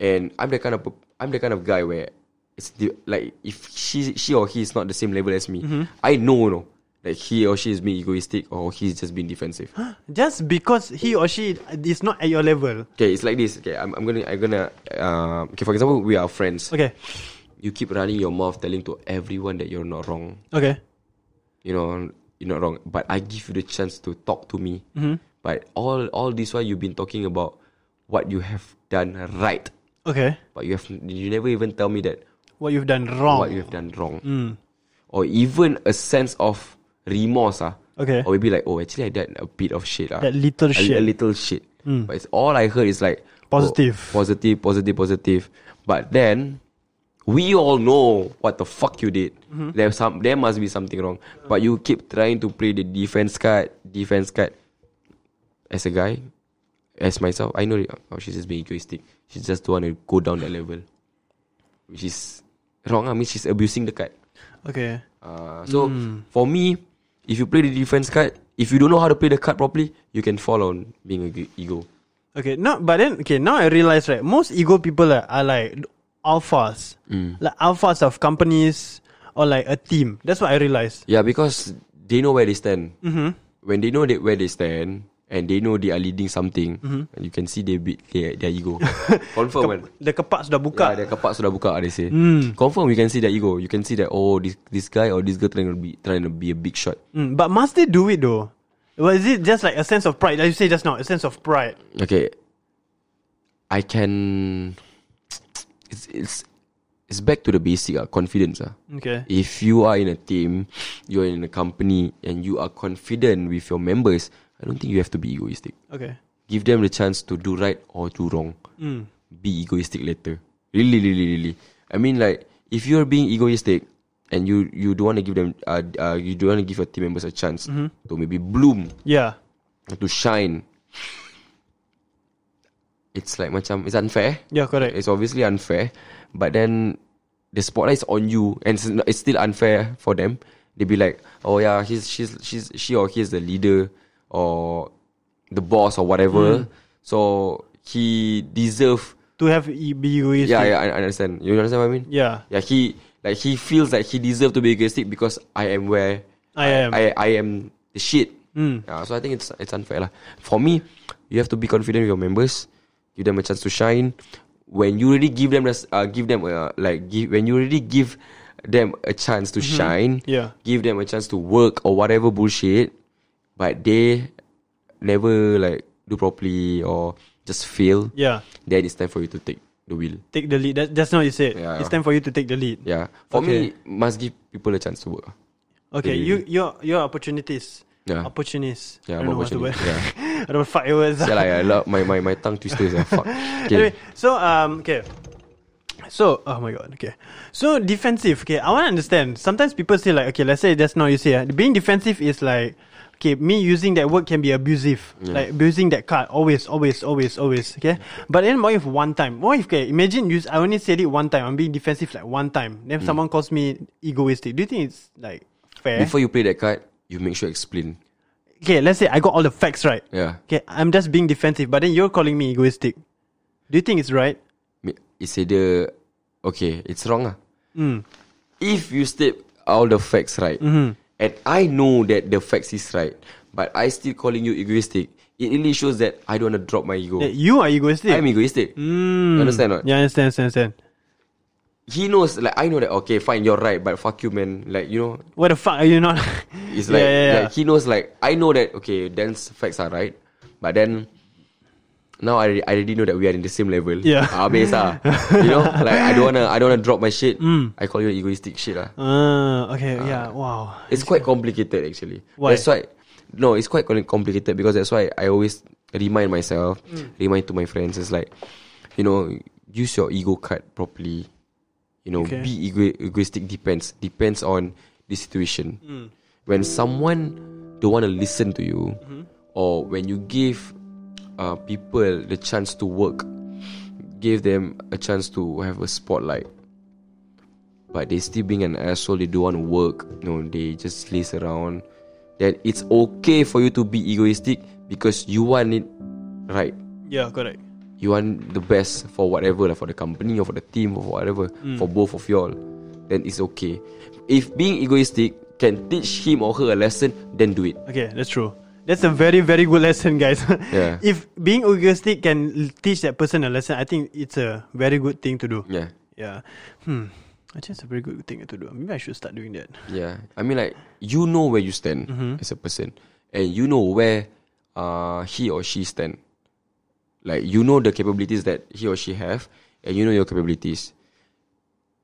[SPEAKER 4] and I'm the kind of pe- I'm the kind of guy where it's the, like if she she or he is not the same level as me,
[SPEAKER 3] Mm-hmm.
[SPEAKER 4] I know no like he or she is being egoistic or he's just being defensive.
[SPEAKER 3] Just because he or she is not at your level.
[SPEAKER 4] okay, it's like this. Okay, I'm, I'm gonna I'm gonna uh, okay. For example, we are friends.
[SPEAKER 3] Okay.
[SPEAKER 4] You keep running your mouth, telling to everyone that you're not wrong.
[SPEAKER 3] Okay.
[SPEAKER 4] you know you're not wrong but i give you the chance to talk to me
[SPEAKER 3] Mm-hmm.
[SPEAKER 4] but all all this while you've been talking about what you have done right
[SPEAKER 3] Okay.
[SPEAKER 4] but you have you never even tell me that
[SPEAKER 3] What you've done wrong.
[SPEAKER 4] what you have done wrong
[SPEAKER 3] Mm.
[SPEAKER 4] or even a sense of remorse ah.
[SPEAKER 3] Okay.
[SPEAKER 4] or maybe like oh actually i did a bit of shit ah.
[SPEAKER 3] That little
[SPEAKER 4] a,
[SPEAKER 3] shit.
[SPEAKER 4] a little shit but it's all i heard is like oh,
[SPEAKER 3] Positive.
[SPEAKER 4] positive positive positive but then we all know what the fuck you did. There's some there must be something wrong. But you keep trying to play the defense card, defense card. As a guy, as myself, I know that, oh, she's just being egoistic. She just don't want to go down that level. Which is wrong. ah. I mean she's abusing the card.
[SPEAKER 3] Okay.
[SPEAKER 4] Uh, so for me, if you play the defense card, if you don't know how to play the card properly, you can fall on being a ego.
[SPEAKER 3] Okay, no, but then okay, now I realize right, most ego people are, are like alphas,
[SPEAKER 4] Mm.
[SPEAKER 3] like alphas of companies or like a team. That's what I realized.
[SPEAKER 4] Yeah, because they know where they stand. Mm-hmm. When they know that where they stand and they know they are leading something, and you can see they beat their, their ego. Confirm kan?
[SPEAKER 3] The kepak sudah
[SPEAKER 4] Yeah,
[SPEAKER 3] buka.
[SPEAKER 4] their kapak sudah buka they say. Confirm you can see their ego. You can see that oh this this guy or this girl trying to be trying to be a big shot.
[SPEAKER 3] Mm, but must they do it though? Or is it just like a sense of pride? Like you say just now, a sense of pride.
[SPEAKER 4] Okay. I can. It's it's it's back to the basic ah, confidence ah.
[SPEAKER 3] Okay.
[SPEAKER 4] If you are in a team, you're in a company, and you are confident with your members, I don't think you have to be egoistic.
[SPEAKER 3] Okay.
[SPEAKER 4] Give them the chance to do right or do wrong. Be egoistic later. Really, really, really. I mean, like if you're being egoistic and you you don't want to give them, uh, uh, you don't want to give your team members a chance to maybe bloom
[SPEAKER 3] Yeah.
[SPEAKER 4] to shine. It's like macam it's unfair.
[SPEAKER 3] Yeah. Correct.
[SPEAKER 4] It's obviously unfair, but then the spotlight is on you, and it's, it's still unfair for them. They be like, oh yeah, he's she's she's she or he is the leader or the boss or whatever. So he deserve.
[SPEAKER 3] to have e- be egoistic.
[SPEAKER 4] Yeah, yeah, I, I understand. You understand what I mean?
[SPEAKER 3] Yeah.
[SPEAKER 4] Yeah, he like he feels like he deserve to be egoistic because I am where
[SPEAKER 3] I am.
[SPEAKER 4] I, I am the shit.
[SPEAKER 3] Hmm.
[SPEAKER 4] Yeah, so I think it's it's unfair lah. For me, you have to be confident with your members. Give them a chance to shine. When you already give them, the s- uh, give them uh, like give when you already give them a chance to shine.
[SPEAKER 3] Mm-hmm. Yeah.
[SPEAKER 4] Give them a chance to work or whatever bullshit, but they never like do properly or just fail.
[SPEAKER 3] yeah.
[SPEAKER 4] Then it's time for you to take the wheel.
[SPEAKER 3] Take the lead. That, that's not what you said.
[SPEAKER 4] Yeah,
[SPEAKER 3] It's
[SPEAKER 4] yeah.
[SPEAKER 3] time for you to take the lead.
[SPEAKER 4] Yeah. For
[SPEAKER 3] Okay.
[SPEAKER 4] me, must give people a chance to work.
[SPEAKER 3] Okay. You your your opportunities.
[SPEAKER 4] Yeah.
[SPEAKER 3] Opportunists.
[SPEAKER 4] Yeah,
[SPEAKER 3] I don't know what's the word.
[SPEAKER 4] opportunity.
[SPEAKER 3] I don't fight words.
[SPEAKER 4] Yeah, like, I love my, my, my tongue twisters. ah, fuck. Okay.
[SPEAKER 3] Anyway, so um okay. So oh my god, okay. So defensive, okay. I wanna understand. Sometimes people say like, okay, let's say that's not you say. ah. Being defensive is like okay, me using that word can be abusive. Like abusing that card. Always, always, always, always. Okay? But then what if one time? What if okay, imagine you I only said it one time, I'm being defensive like one time. Then
[SPEAKER 4] Mm.
[SPEAKER 3] someone calls me egoistic. Do you think it's like fair?
[SPEAKER 4] Before you play that card, you make sure explain.
[SPEAKER 3] okay, let's say I got all the facts right.
[SPEAKER 4] Yeah.
[SPEAKER 3] Okay, I'm just being defensive, but then you're calling me egoistic. Do you think it's right?
[SPEAKER 4] Mi- It's either okay, it's wrong. Ah. If you state all the facts right, and I know that the facts is right, but I still calling you egoistic, it really shows that I don't want to drop my ego.
[SPEAKER 3] That you are egoistic.
[SPEAKER 4] I'm egoistic. You understand or not?
[SPEAKER 3] Yeah, understand, understand, understand.
[SPEAKER 4] He knows, like, I know that, okay, fine, you're right, but fuck you, man. Like, you know,
[SPEAKER 3] What the fuck are you not?
[SPEAKER 4] It's
[SPEAKER 3] Yeah,
[SPEAKER 4] like,
[SPEAKER 3] yeah, yeah.
[SPEAKER 4] like he knows like I know that okay, Dan's facts are right, but then now I I already know that we are in the same level.
[SPEAKER 3] Yeah.
[SPEAKER 4] Habis ah, you know, like I don't wanna I don't wanna drop my shit. I call you egoistic shit lah.
[SPEAKER 3] Mm. Ah, okay,
[SPEAKER 4] uh,
[SPEAKER 3] yeah, wow.
[SPEAKER 4] It's quite complicated actually.
[SPEAKER 3] Why?
[SPEAKER 4] That's why no, it's quite com- complicated because that's why I always remind myself,
[SPEAKER 3] Mm.
[SPEAKER 4] remind to my friends, it's like, you know, use your ego card properly. You know,
[SPEAKER 3] Okay.
[SPEAKER 4] be ego- egoistic depends depends on the situation. When someone don't want to listen to you, or when you give uh, people the chance to work, give them a chance to have a spotlight but they still being an asshole. They don't want to work. No, they just laze around. Then it's okay for you to be egoistic because you want it right.
[SPEAKER 3] Yeah, correct.
[SPEAKER 4] You want the best for whatever, like for the company or for the team or for whatever, for both of y'all. Then it's okay. If being egoistic can teach him or her a lesson, then do it.
[SPEAKER 3] Okay, that's true. That's a very, very good lesson, guys.
[SPEAKER 4] Yeah.
[SPEAKER 3] if being egoistic can l- teach that person a lesson, I think it's a very good thing to do.
[SPEAKER 4] Yeah,
[SPEAKER 3] Yeah. Hmm. I think it's a very good thing to do. Maybe I should start doing that.
[SPEAKER 4] yeah. I mean, like you know where you stand as a person, and you know where uh, he or she stand. like you know the capabilities that he or she have and you know your capabilities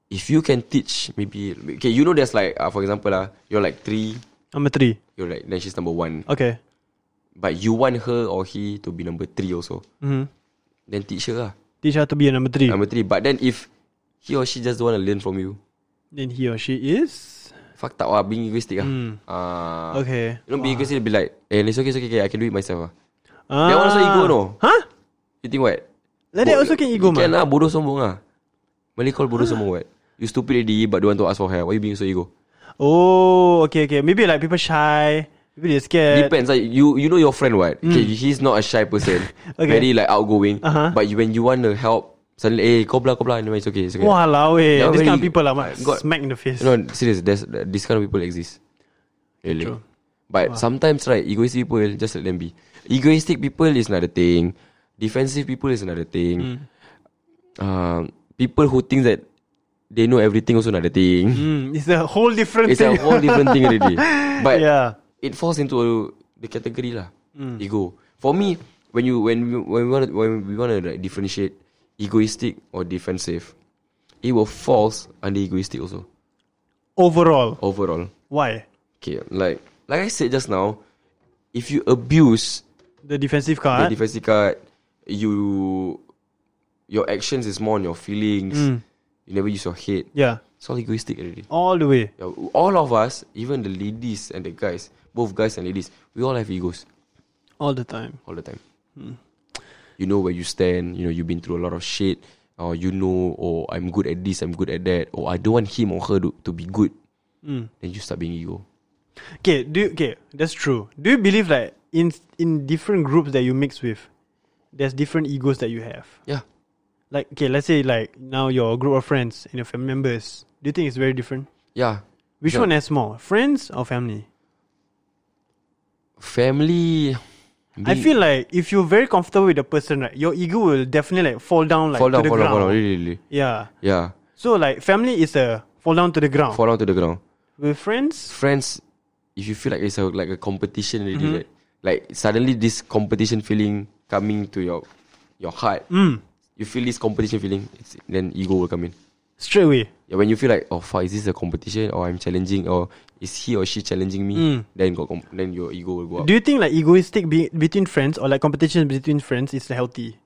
[SPEAKER 4] if you can teach maybe okay you know there's like uh, for example uh, you're like three
[SPEAKER 3] Number three.
[SPEAKER 4] you're like then she's number one
[SPEAKER 3] Okay.
[SPEAKER 4] but you want her or he to be number three also
[SPEAKER 3] Mm-hmm.
[SPEAKER 4] then teach her lah
[SPEAKER 3] Teach her to be a number three.
[SPEAKER 4] number three but then if he or she just don't want to learn from you
[SPEAKER 3] then he or she is.
[SPEAKER 4] fuck tak lah being egoistic lah Ah,
[SPEAKER 3] Hmm. Okay.
[SPEAKER 4] you know being egoistic be like eh it's okay it's okay, okay, I can do it myself lah
[SPEAKER 3] Ah.
[SPEAKER 4] that one also ego no
[SPEAKER 3] Huh?
[SPEAKER 4] you think what
[SPEAKER 3] Like that also can ego,
[SPEAKER 4] Can
[SPEAKER 3] man.
[SPEAKER 4] lah, bodoh sombong lah. Malay call bodoh sombong what? You stupid already but don't want to ask for help. Why you being so ego?
[SPEAKER 3] Oh, okay, okay. Maybe like people shy. Maybe they're scared.
[SPEAKER 4] Depends. Like, you you know your friend what? Okay, he's not a shy person.
[SPEAKER 3] Hmm. Okay.
[SPEAKER 4] Very like outgoing.
[SPEAKER 3] Uh-huh.
[SPEAKER 4] But you, when you want to help, suddenly, eh, kau belah, kau belah. Anyway, it's okay, it's okay.
[SPEAKER 3] Walao eh.
[SPEAKER 4] That one
[SPEAKER 3] This kind of
[SPEAKER 4] really-
[SPEAKER 3] people are like,
[SPEAKER 4] God.
[SPEAKER 3] smack in the face.
[SPEAKER 4] No, serious. There's, this kind of people exist. Really.
[SPEAKER 3] True.
[SPEAKER 4] But sometimes, right, egoistic people, just let them be. Egoistic people is another thing. Defensive people is another
[SPEAKER 3] Hmm.
[SPEAKER 4] thing. Um, people who think that they know everything also another thing.
[SPEAKER 3] Mm, it's a whole different
[SPEAKER 4] It's
[SPEAKER 3] thing.
[SPEAKER 4] a whole different thing already. But
[SPEAKER 3] yeah. Hmm.
[SPEAKER 4] it falls into the category lah. Ego. For me, when you when we, when we want to when we want to like differentiate egoistic or defensive, it will falls under egoistic also
[SPEAKER 3] Overall,
[SPEAKER 4] overall.
[SPEAKER 3] why
[SPEAKER 4] Okay, like like I said just now, if you abuse
[SPEAKER 3] the defensive eh?
[SPEAKER 4] the
[SPEAKER 3] card?
[SPEAKER 4] defensive card, you your actions is more on your feelings. You never use your head.
[SPEAKER 3] yeah,
[SPEAKER 4] It's all egoistic already.
[SPEAKER 3] all the way.
[SPEAKER 4] Yeah, all of us, even the ladies and the guys, both guys and ladies, we all have egos
[SPEAKER 3] All the time.
[SPEAKER 4] all the time. You know where you stand. You know you've been through a lot of shit. Or you know, or I'm good at this, I'm good at that, or I don't want him or her to, to be good. Then you start being ego.
[SPEAKER 3] Okay, do you, okay, that's true. Do you believe like in in different groups that you mix with, there's different egos that you have?
[SPEAKER 4] Yeah,
[SPEAKER 3] Like okay, let's say like now your group of friends and your family members. Do you think it's very different?
[SPEAKER 4] yeah.
[SPEAKER 3] Which
[SPEAKER 4] Yeah.
[SPEAKER 3] one has more, friends or family?
[SPEAKER 4] Family.
[SPEAKER 3] I feel like if you're very comfortable with the person, right, your ego will definitely like fall down like
[SPEAKER 4] fall
[SPEAKER 3] to
[SPEAKER 4] down,
[SPEAKER 3] the
[SPEAKER 4] fall down,
[SPEAKER 3] ground.
[SPEAKER 4] fall down. Really, really.
[SPEAKER 3] Yeah.
[SPEAKER 4] Yeah,
[SPEAKER 3] So like family is a fall down to the ground.
[SPEAKER 4] fall down to the ground.
[SPEAKER 3] with friends,
[SPEAKER 4] friends, if you feel like it's a, like a competition already,
[SPEAKER 3] Mm-hmm.
[SPEAKER 4] right? like suddenly this competition feeling coming to your your heart,
[SPEAKER 3] Mm.
[SPEAKER 4] you feel this competition feeling, it's, then ego will come in.
[SPEAKER 3] straight away.
[SPEAKER 4] Yeah, when you feel like, oh fuck, is this a competition or I'm challenging or is he or she challenging me? Then got com- then your ego will go up.
[SPEAKER 3] Mm. Do you think like egoistic be- between friends or like competition between friends is healthy?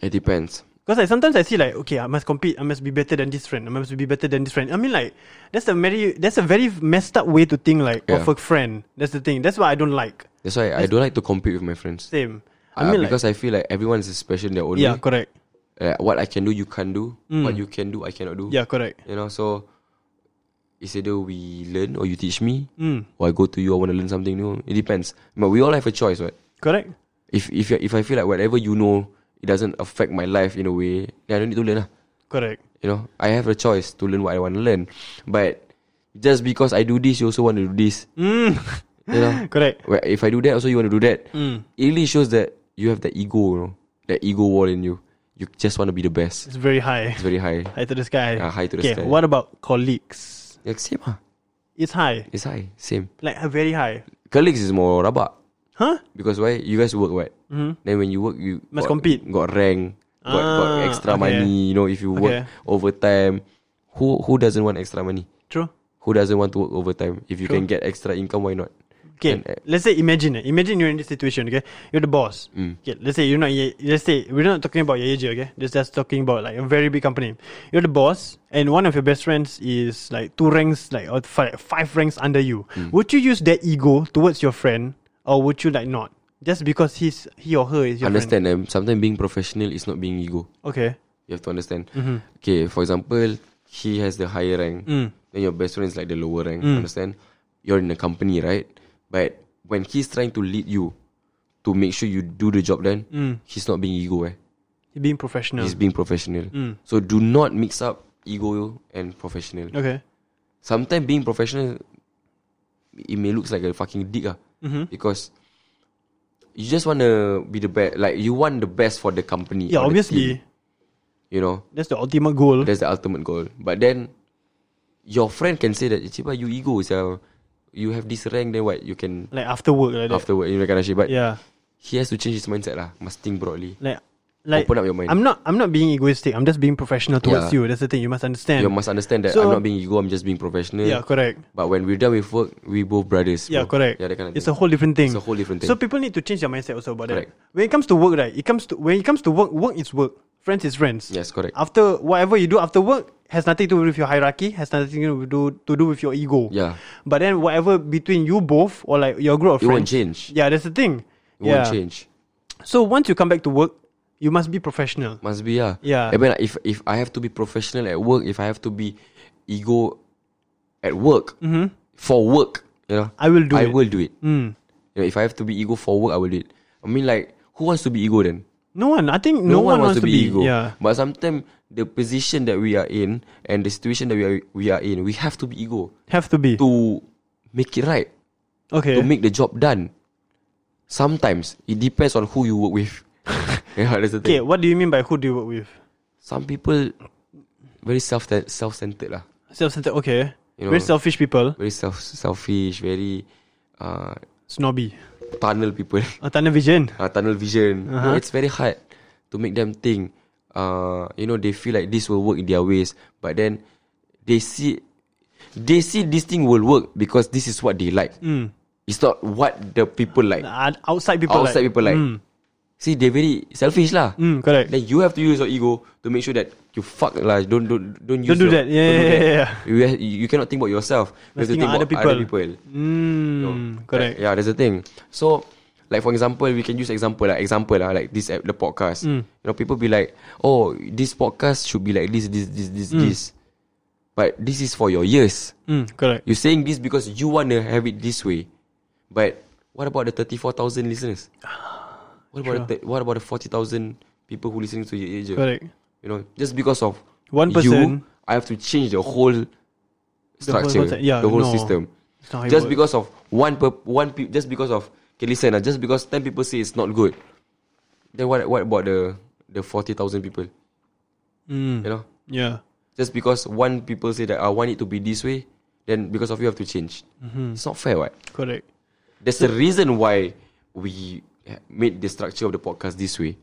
[SPEAKER 4] it depends.
[SPEAKER 3] Because like sometimes I see like okay I must compete I must be better than this friend I must be better than this friend I mean like that's a very that's a very messed up way to think like of
[SPEAKER 4] Yeah.
[SPEAKER 3] a friend that's the thing that's what I don't like
[SPEAKER 4] That's why I don't like to compete with my friends.
[SPEAKER 3] same I
[SPEAKER 4] Uh,
[SPEAKER 3] mean like
[SPEAKER 4] because I feel like everyone is special in their own
[SPEAKER 3] yeah
[SPEAKER 4] way.
[SPEAKER 3] correct
[SPEAKER 4] Uh, what I can do, you can't do. What you can do, I cannot do.
[SPEAKER 3] yeah correct
[SPEAKER 4] You know, so it's either we learn or you teach me, or I go to you. I want to learn something new. It depends. But we all have a choice, right?
[SPEAKER 3] correct
[SPEAKER 4] If if you- if I feel like whatever you know, it doesn't affect my life in a way, then I don't need to learn. lah.
[SPEAKER 3] correct
[SPEAKER 4] You know, I have a choice to learn what I want to learn. But just because I do this, you also want to do this. You know,
[SPEAKER 3] correct
[SPEAKER 4] Where if I do that, also you want to do that. It really shows that you have that ego, you know, that ego wall in you. You just want to be the best.
[SPEAKER 3] it's very high
[SPEAKER 4] It's very high.
[SPEAKER 3] high to the sky
[SPEAKER 4] Yeah, high Ah, to the
[SPEAKER 3] okay
[SPEAKER 4] sky.
[SPEAKER 3] what about colleagues
[SPEAKER 4] Like, same, ah.
[SPEAKER 3] it's high
[SPEAKER 4] It's high. Same.
[SPEAKER 3] like very high
[SPEAKER 4] colleagues is more rabak
[SPEAKER 3] huh
[SPEAKER 4] because why you guys work what? Then when you work, you
[SPEAKER 3] Mm-hmm. Must
[SPEAKER 4] got,
[SPEAKER 3] compete.
[SPEAKER 4] Got rank, got, got
[SPEAKER 3] Ah,
[SPEAKER 4] extra
[SPEAKER 3] okay.
[SPEAKER 4] money. You know, if you work
[SPEAKER 3] Okay.
[SPEAKER 4] overtime, who who doesn't want extra money?
[SPEAKER 3] true
[SPEAKER 4] Who doesn't want to work overtime? If you can get extra income, why not?
[SPEAKER 3] Okay,
[SPEAKER 4] And, uh,
[SPEAKER 3] let's say imagine eh, imagine you're in this situation. Okay, you're the boss.
[SPEAKER 4] Mm.
[SPEAKER 3] Okay, let's say you're not. Ye- Let's say we're not talking about Yeji. Okay, just just talking about like a very big company. You're the boss, and one of your best friends is like two ranks, like or five, five ranks under you.
[SPEAKER 4] Mm.
[SPEAKER 3] Would you use that ego towards your friend, or would you like not? Just because he's he or her is your friend.
[SPEAKER 4] Understand? Um, sometimes being professional is not being ego.
[SPEAKER 3] Okay.
[SPEAKER 4] You have to understand.
[SPEAKER 3] Mm-hmm.
[SPEAKER 4] Okay, for example, he has the higher rank,
[SPEAKER 3] Mm.
[SPEAKER 4] then your best friend is like the lower rank. Understand? You're in a company, right? But when he's trying to lead you to make sure you do the job, then
[SPEAKER 3] Mm.
[SPEAKER 4] he's not being ego. Eh?
[SPEAKER 3] Being professional.
[SPEAKER 4] He's being professional.
[SPEAKER 3] Mm.
[SPEAKER 4] So do not mix up ego and professional.
[SPEAKER 3] okay.
[SPEAKER 4] Sometimes being professional, it may looks like a fucking dick ah,
[SPEAKER 3] Mm-hmm.
[SPEAKER 4] because you just want to be the best. Like you want the best for the company.
[SPEAKER 3] Yeah,
[SPEAKER 4] or the
[SPEAKER 3] obviously.
[SPEAKER 4] team, you know.
[SPEAKER 3] That's the ultimate goal.
[SPEAKER 4] That's the ultimate goal. But then your friend can say that Chiba, you ego so you have this rank, then what you can
[SPEAKER 3] like after work, like that.
[SPEAKER 4] afterward, you know, kind of shit. But
[SPEAKER 3] Yeah.
[SPEAKER 4] he has to change his mindset lah. Must think broadly.
[SPEAKER 3] Like like
[SPEAKER 4] Open up your mind.
[SPEAKER 3] I'm not I'm not being egoistic. I'm just being professional towards
[SPEAKER 4] Yeah.
[SPEAKER 3] you. That's the thing. You must understand.
[SPEAKER 4] You must understand that
[SPEAKER 3] So-
[SPEAKER 4] I'm not being ego, I'm just being professional.
[SPEAKER 3] Yeah, correct.
[SPEAKER 4] But when we're done with work, we both brothers.
[SPEAKER 3] Yeah,
[SPEAKER 4] bro.
[SPEAKER 3] correct.
[SPEAKER 4] Yeah, that kind of
[SPEAKER 3] it's
[SPEAKER 4] thing.
[SPEAKER 3] a whole different thing.
[SPEAKER 4] It's a whole different thing.
[SPEAKER 3] So people need to change their mindset also about
[SPEAKER 4] Correct.
[SPEAKER 3] that. When it comes to work, right? It comes to when it comes to work, work is work. Friends is friends.
[SPEAKER 4] Yes, correct.
[SPEAKER 3] After whatever you do after work has nothing to do with your hierarchy, has nothing to do to do with your ego.
[SPEAKER 4] Yeah.
[SPEAKER 3] But then whatever between you both or like your group of
[SPEAKER 4] It
[SPEAKER 3] friends.
[SPEAKER 4] won't change.
[SPEAKER 3] Yeah, that's the thing.
[SPEAKER 4] It
[SPEAKER 3] yeah.
[SPEAKER 4] won't change.
[SPEAKER 3] So once you come back to work, you must be professional.
[SPEAKER 4] Must be yeah.
[SPEAKER 3] Yeah.
[SPEAKER 4] I mean, like, if if I have to be professional at work, if I have to be ego at work for work, you know,
[SPEAKER 3] Mm-hmm. I will do
[SPEAKER 4] I
[SPEAKER 3] it. Mm.
[SPEAKER 4] will do it. You know, if I have to be ego for work, I will do it. I mean, like, who wants to be ego then?
[SPEAKER 3] No one, I think no, one, wants to be.
[SPEAKER 4] ego.
[SPEAKER 3] Yeah.
[SPEAKER 4] But sometimes the position that we are in and the situation that we are we are in, we have to be ego
[SPEAKER 3] Have to be.
[SPEAKER 4] to make it right,
[SPEAKER 3] okay.
[SPEAKER 4] to make the job done. Sometimes it depends on who you work with. yeah, that's the thing.
[SPEAKER 3] okay, what do you mean by who do you work with?
[SPEAKER 4] some people very self self centered lah,
[SPEAKER 3] Self-centered, okay.
[SPEAKER 4] You
[SPEAKER 3] Very
[SPEAKER 4] know-
[SPEAKER 3] selfish people.
[SPEAKER 4] very self selfish, very uh
[SPEAKER 3] Snobby.
[SPEAKER 4] tunnel people,
[SPEAKER 3] Oh, tunnel vision.
[SPEAKER 4] uh, tunnel vision. You know, it's very hard to make them think. Uh, you know, they feel like this will work in their ways, but then they see they see this thing will work because this is what they like. It's not what the people like.
[SPEAKER 3] Uh, outside people.
[SPEAKER 4] outside
[SPEAKER 3] like,
[SPEAKER 4] people like. See, they very selfish lah.
[SPEAKER 3] Mm, correct.
[SPEAKER 4] Then you have to use your ego to make sure that you fuck lah. Don't don't don't use.
[SPEAKER 3] Don't do
[SPEAKER 4] your-
[SPEAKER 3] that. Yeah,
[SPEAKER 4] don't do
[SPEAKER 3] yeah,
[SPEAKER 4] that.
[SPEAKER 3] yeah, yeah.
[SPEAKER 4] You, ha- you cannot think about yourself. You
[SPEAKER 3] Must
[SPEAKER 4] have to
[SPEAKER 3] think
[SPEAKER 4] think
[SPEAKER 3] of
[SPEAKER 4] about
[SPEAKER 3] other
[SPEAKER 4] other
[SPEAKER 3] people.
[SPEAKER 4] people.
[SPEAKER 3] Mm, correct.
[SPEAKER 4] Yeah, that's the thing. So, like for example, we can use example like example lah, like this app- the podcast.
[SPEAKER 3] Mm.
[SPEAKER 4] You know, people be like, oh, this podcast should be like this, this, this, this, this. But this is for your ears.
[SPEAKER 3] Mm, correct.
[SPEAKER 4] You're saying this because you wanna have it this way. But what about the thirty-four thousand listeners? What about the, thir- what about the forty thousand people who listening to your agent?
[SPEAKER 3] Correct.
[SPEAKER 4] You know, just because of
[SPEAKER 3] One
[SPEAKER 4] you,
[SPEAKER 3] person-
[SPEAKER 4] I have to change the whole structure,
[SPEAKER 3] concept. Yeah,
[SPEAKER 4] the whole
[SPEAKER 3] no.
[SPEAKER 4] system.
[SPEAKER 3] It's not how it
[SPEAKER 4] Just
[SPEAKER 3] works.
[SPEAKER 4] because of one per one pe- just because of okay, listen, ah, just because ten people say it's not good, then what what about the the forty thousand people? You know,
[SPEAKER 3] Mm, Yeah.
[SPEAKER 4] just because one people say that I want it to be this way, then because of you have to change.
[SPEAKER 3] Mm-hmm.
[SPEAKER 4] It's not fair, right?
[SPEAKER 3] Correct.
[SPEAKER 4] There's a reason why we ha- made the structure of the podcast this way,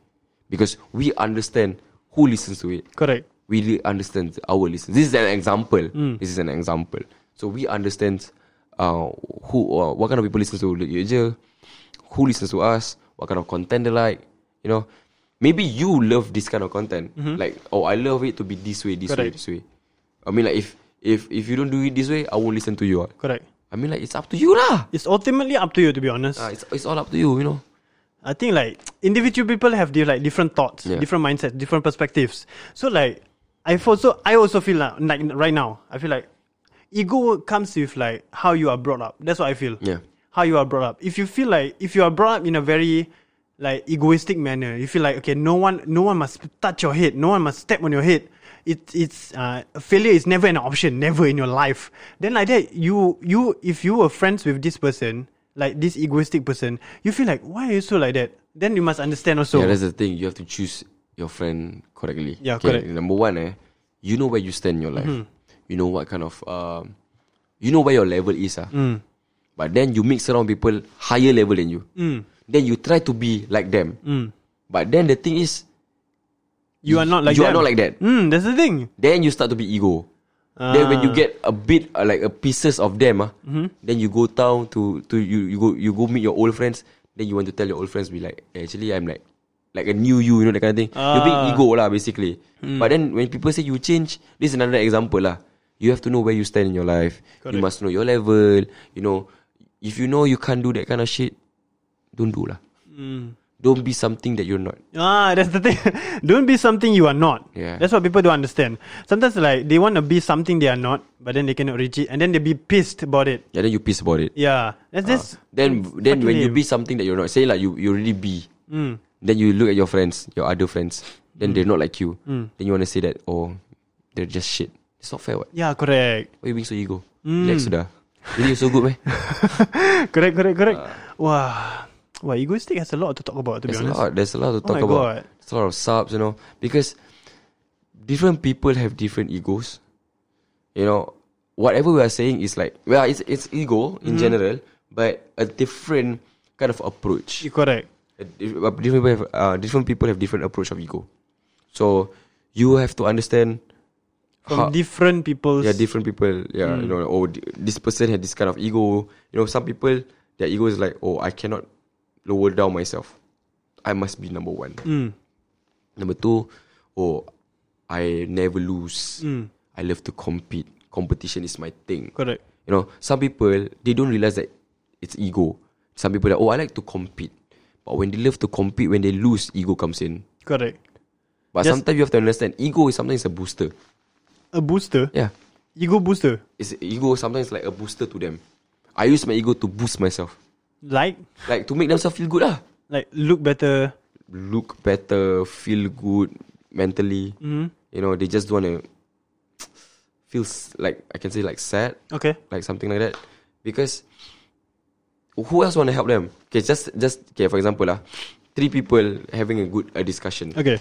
[SPEAKER 4] because we understand who listens to it.
[SPEAKER 3] Correct.
[SPEAKER 4] We really understand our listeners. This is an example.
[SPEAKER 3] Hmm.
[SPEAKER 4] This is an example. So we understand uh, who, uh, what kind of people listen to Yeja, who listens to us, what kind of content they like. You know, maybe you love this kind of content. Like, oh, I love it to be this way, this way,
[SPEAKER 3] Mm-hmm. Correct.
[SPEAKER 4] this way. I mean, like if if if you don't do it this way, I won't listen to you.
[SPEAKER 3] Correct.
[SPEAKER 4] I mean, like it's up to you lah.
[SPEAKER 3] It's ultimately up to you, to be honest.
[SPEAKER 4] Ah, it's it's all up to you. You know.
[SPEAKER 3] I think like individual people have their like different thoughts,
[SPEAKER 4] Yeah.
[SPEAKER 3] different mindsets, different perspectives. So like I also I also feel like, like right now I feel like ego comes with like how you are brought up. That's what I feel.
[SPEAKER 4] Yeah.
[SPEAKER 3] How you are brought up. If you feel like if you are brought up in a very like egoistic manner, you feel like okay, no one no one must touch your head, no one must step on your head. It, it's uh, failure is never an option, never in your life. Then like that, you you if you were friends with this person, like this egoistic person, you feel like why are you so like that? Then you must understand also.
[SPEAKER 4] yeah, that's the thing. You have to choose your friend correctly.
[SPEAKER 3] Yeah, correct. Mm-hmm.
[SPEAKER 4] Number one, eh, you know where you stand in your life. You know what kind of, um, you know where your level is. Ah.
[SPEAKER 3] Mm.
[SPEAKER 4] But then you mix around people higher level than you.
[SPEAKER 3] Mm.
[SPEAKER 4] Then you try to be like them. But then the thing is,
[SPEAKER 3] you are not like
[SPEAKER 4] you
[SPEAKER 3] them.
[SPEAKER 4] are not like that.
[SPEAKER 3] Mm, that's the thing.
[SPEAKER 4] Then you start to be ego. Then when
[SPEAKER 3] Ah.
[SPEAKER 4] you get a bit uh, like a pieces of them, ah,
[SPEAKER 3] Mm-hmm.
[SPEAKER 4] then you go down to to you you go you go meet your old friends. Then you want to tell your old friends, be like, "Eh, actually, I'm like like a new you, you know that kind of thing. You're being
[SPEAKER 3] Ah. Hmm.
[SPEAKER 4] ego lah, basically. But then when people say you change, this is another example lah. You have to know where you stand in your life. You
[SPEAKER 3] Correct.
[SPEAKER 4] must know your level. You know, if you know you can't do that kind of shit, don't do lah.
[SPEAKER 3] Hmm.
[SPEAKER 4] Don't be something that you're not.
[SPEAKER 3] Ah, that's the thing. don't be something you are not.
[SPEAKER 4] Yeah.
[SPEAKER 3] That's what people don't understand. Sometimes like they want to be something they are not, but then they cannot reach it, and then they be pissed about it.
[SPEAKER 4] Yeah, then you piss about it.
[SPEAKER 3] Yeah, that's this.
[SPEAKER 4] Ah. Then
[SPEAKER 3] fucking
[SPEAKER 4] then when you
[SPEAKER 3] lame. Mm.
[SPEAKER 4] be something that you're not, say like you you already be, then you look at your friends, your other friends, then they're not like you.
[SPEAKER 3] Mm.
[SPEAKER 4] Then you want to say that oh, they're just shit. It's not fair. What?
[SPEAKER 3] Yeah, correct,
[SPEAKER 4] Why you being so ego?
[SPEAKER 3] Mm.
[SPEAKER 4] Relax sudah. Really you so good meh?
[SPEAKER 3] correct, correct, correct. wow, wow, egoistic has a lot to talk about. To
[SPEAKER 4] There's
[SPEAKER 3] be honest,
[SPEAKER 4] Ah. a
[SPEAKER 3] Oh
[SPEAKER 4] lot. There's a lot to talk
[SPEAKER 3] my
[SPEAKER 4] about.
[SPEAKER 3] God.
[SPEAKER 4] There's a lot of subs, you know, because different people have different egos. You know, whatever we are saying is like well, it's it's ego
[SPEAKER 3] Mm-hmm.
[SPEAKER 4] in general, but a different kind of approach.
[SPEAKER 3] You correct.
[SPEAKER 4] Uh, dif- uh, different people have, uh, different people have different approach of ego. So you have to understand
[SPEAKER 3] From
[SPEAKER 4] how-
[SPEAKER 3] different people's.
[SPEAKER 4] yeah different people yeah you know oh th- this person had this kind of ego you know some people their ego is like oh I cannot lower down myself I must be number one number two oh I never lose I love to compete competition is my thing
[SPEAKER 3] correct.
[SPEAKER 4] you know, some people they don't realize that it's ego. Some people are oh I like to compete, but when they love to compete, when they lose, ego comes in.
[SPEAKER 3] Correct.
[SPEAKER 4] But
[SPEAKER 3] Yes.
[SPEAKER 4] sometimes you have to understand ego is sometimes a booster.
[SPEAKER 3] A booster.
[SPEAKER 4] Yeah,
[SPEAKER 3] Ego booster.
[SPEAKER 4] it's ego sometimes like a booster to them. I use my ego to boost myself,
[SPEAKER 3] Like,
[SPEAKER 4] like to make themselves feel good lah,
[SPEAKER 3] like look better.
[SPEAKER 4] look better, feel good mentally. You know, they just want to feel s- like I can say like sad.
[SPEAKER 3] Okay.
[SPEAKER 4] like something like that because who else want to help them okay ah, just just okay for example lah three people having a good a discussion
[SPEAKER 3] Okay.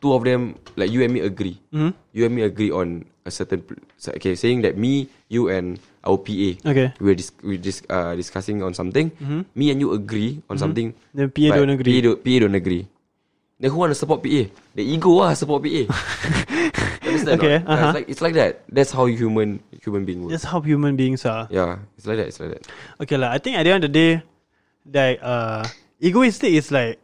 [SPEAKER 4] two of them, like you and me, agree.
[SPEAKER 3] Mm-hmm.
[SPEAKER 4] You and me agree on a certain. pl- so- Okay, saying that me, you, and our PA.
[SPEAKER 3] Okay. Mm-hmm.
[SPEAKER 4] We're dis- we dis- uh, discussing on something. Me and you agree on something.
[SPEAKER 3] Then PA
[SPEAKER 4] but
[SPEAKER 3] don't agree.
[SPEAKER 4] PA don't, PA don't agree. Then who want to support PA? The ego ah support PA. Understand or
[SPEAKER 3] Okay,
[SPEAKER 4] not? Yeah,
[SPEAKER 3] uh-huh.
[SPEAKER 4] It's like it's like that. That's how human human being works.
[SPEAKER 3] That's how human beings are.
[SPEAKER 4] Yeah, it's like that. It's like that.
[SPEAKER 3] Okay lah. I think at the end of the day, like uh, egoistic is like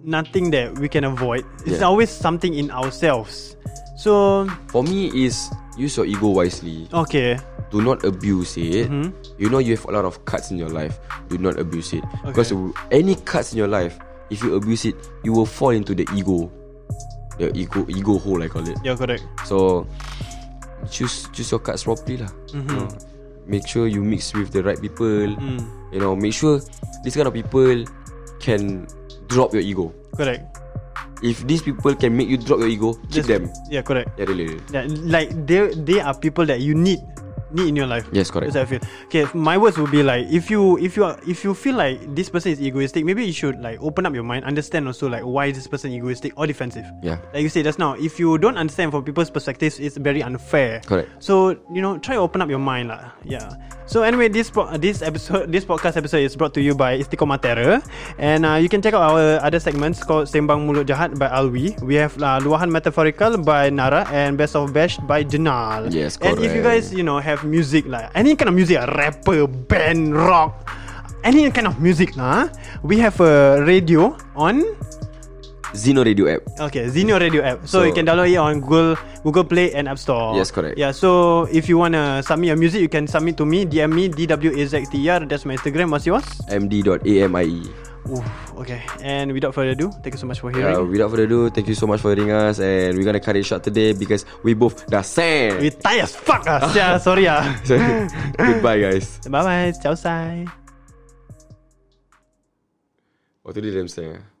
[SPEAKER 3] nothing that we can avoid. It's
[SPEAKER 4] Yeah.
[SPEAKER 3] always something in ourselves. So
[SPEAKER 4] For me, is use your ego wisely.
[SPEAKER 3] okay,
[SPEAKER 4] do not abuse it.
[SPEAKER 3] Mm-hmm.
[SPEAKER 4] You know you have a lot of cuts in your life. Do not abuse it because any cuts in your life, if you abuse it, you will fall into the ego, the ego ego hole I call it.
[SPEAKER 3] yeah, correct.
[SPEAKER 4] So choose choose your cuts properly lah.
[SPEAKER 3] Mm-hmm.
[SPEAKER 4] You know, make sure you mix with the right people.
[SPEAKER 3] Mm.
[SPEAKER 4] You know, make sure this kind of people can drop your ego.
[SPEAKER 3] Correct.
[SPEAKER 4] If these people can make you drop your ego, keep
[SPEAKER 3] Just-
[SPEAKER 4] them.
[SPEAKER 3] Yeah, correct.
[SPEAKER 4] Yeah, really, really.
[SPEAKER 3] Yeah, like they they are people that you need need in your life.
[SPEAKER 4] Yes, correct.
[SPEAKER 3] That's how I feel. Okay, my words would be like if you if you are, if you feel like this person is egoistic, maybe you should like open up your mind, understand also like why this person egoistic or defensive.
[SPEAKER 4] Yeah.
[SPEAKER 3] Like you say just now, if you don't understand from people's perspectives, it's very unfair.
[SPEAKER 4] Correct.
[SPEAKER 3] So you know, try to open up your mind lah. Yeah. So anyway, this pro- this episode, this podcast episode is brought to you by Istiqomah Terror, and uh, you can check out our other segments called Sembang Mulut Jahat by Alwi. We have uh, Luahan Metaphorical by Nara and Best of Bash by Jenal.
[SPEAKER 4] Yes,
[SPEAKER 3] And if you guys
[SPEAKER 4] correct.
[SPEAKER 3] you know have music like any kind of music, a rapper, band, rock, any kind of music lah, we have a radio on
[SPEAKER 4] Zeno Radio app.
[SPEAKER 3] Okay, Zeno Radio app. So,
[SPEAKER 4] So-
[SPEAKER 3] you can download it on Google Google Play and App Store.
[SPEAKER 4] Yes, correct.
[SPEAKER 3] Yeah, so if you wanna submit your music, you can submit to me, DM me, DWAZTR. E That's my Instagram. What's yours?
[SPEAKER 4] MD.AMIE.
[SPEAKER 3] Oof, okay. And without further ado, thank you so much for
[SPEAKER 4] Uh,
[SPEAKER 3] hearing.
[SPEAKER 4] without further ado, thank you so much for hearing us, and we're gonna cut it short today because we both dah
[SPEAKER 3] we
[SPEAKER 4] sad.
[SPEAKER 3] tired as fuck ah. Sia, sorry ah.
[SPEAKER 4] Goodbye, guys.
[SPEAKER 3] Bye bye. Ciao sai.
[SPEAKER 4] Waktu dia damn sad. eh?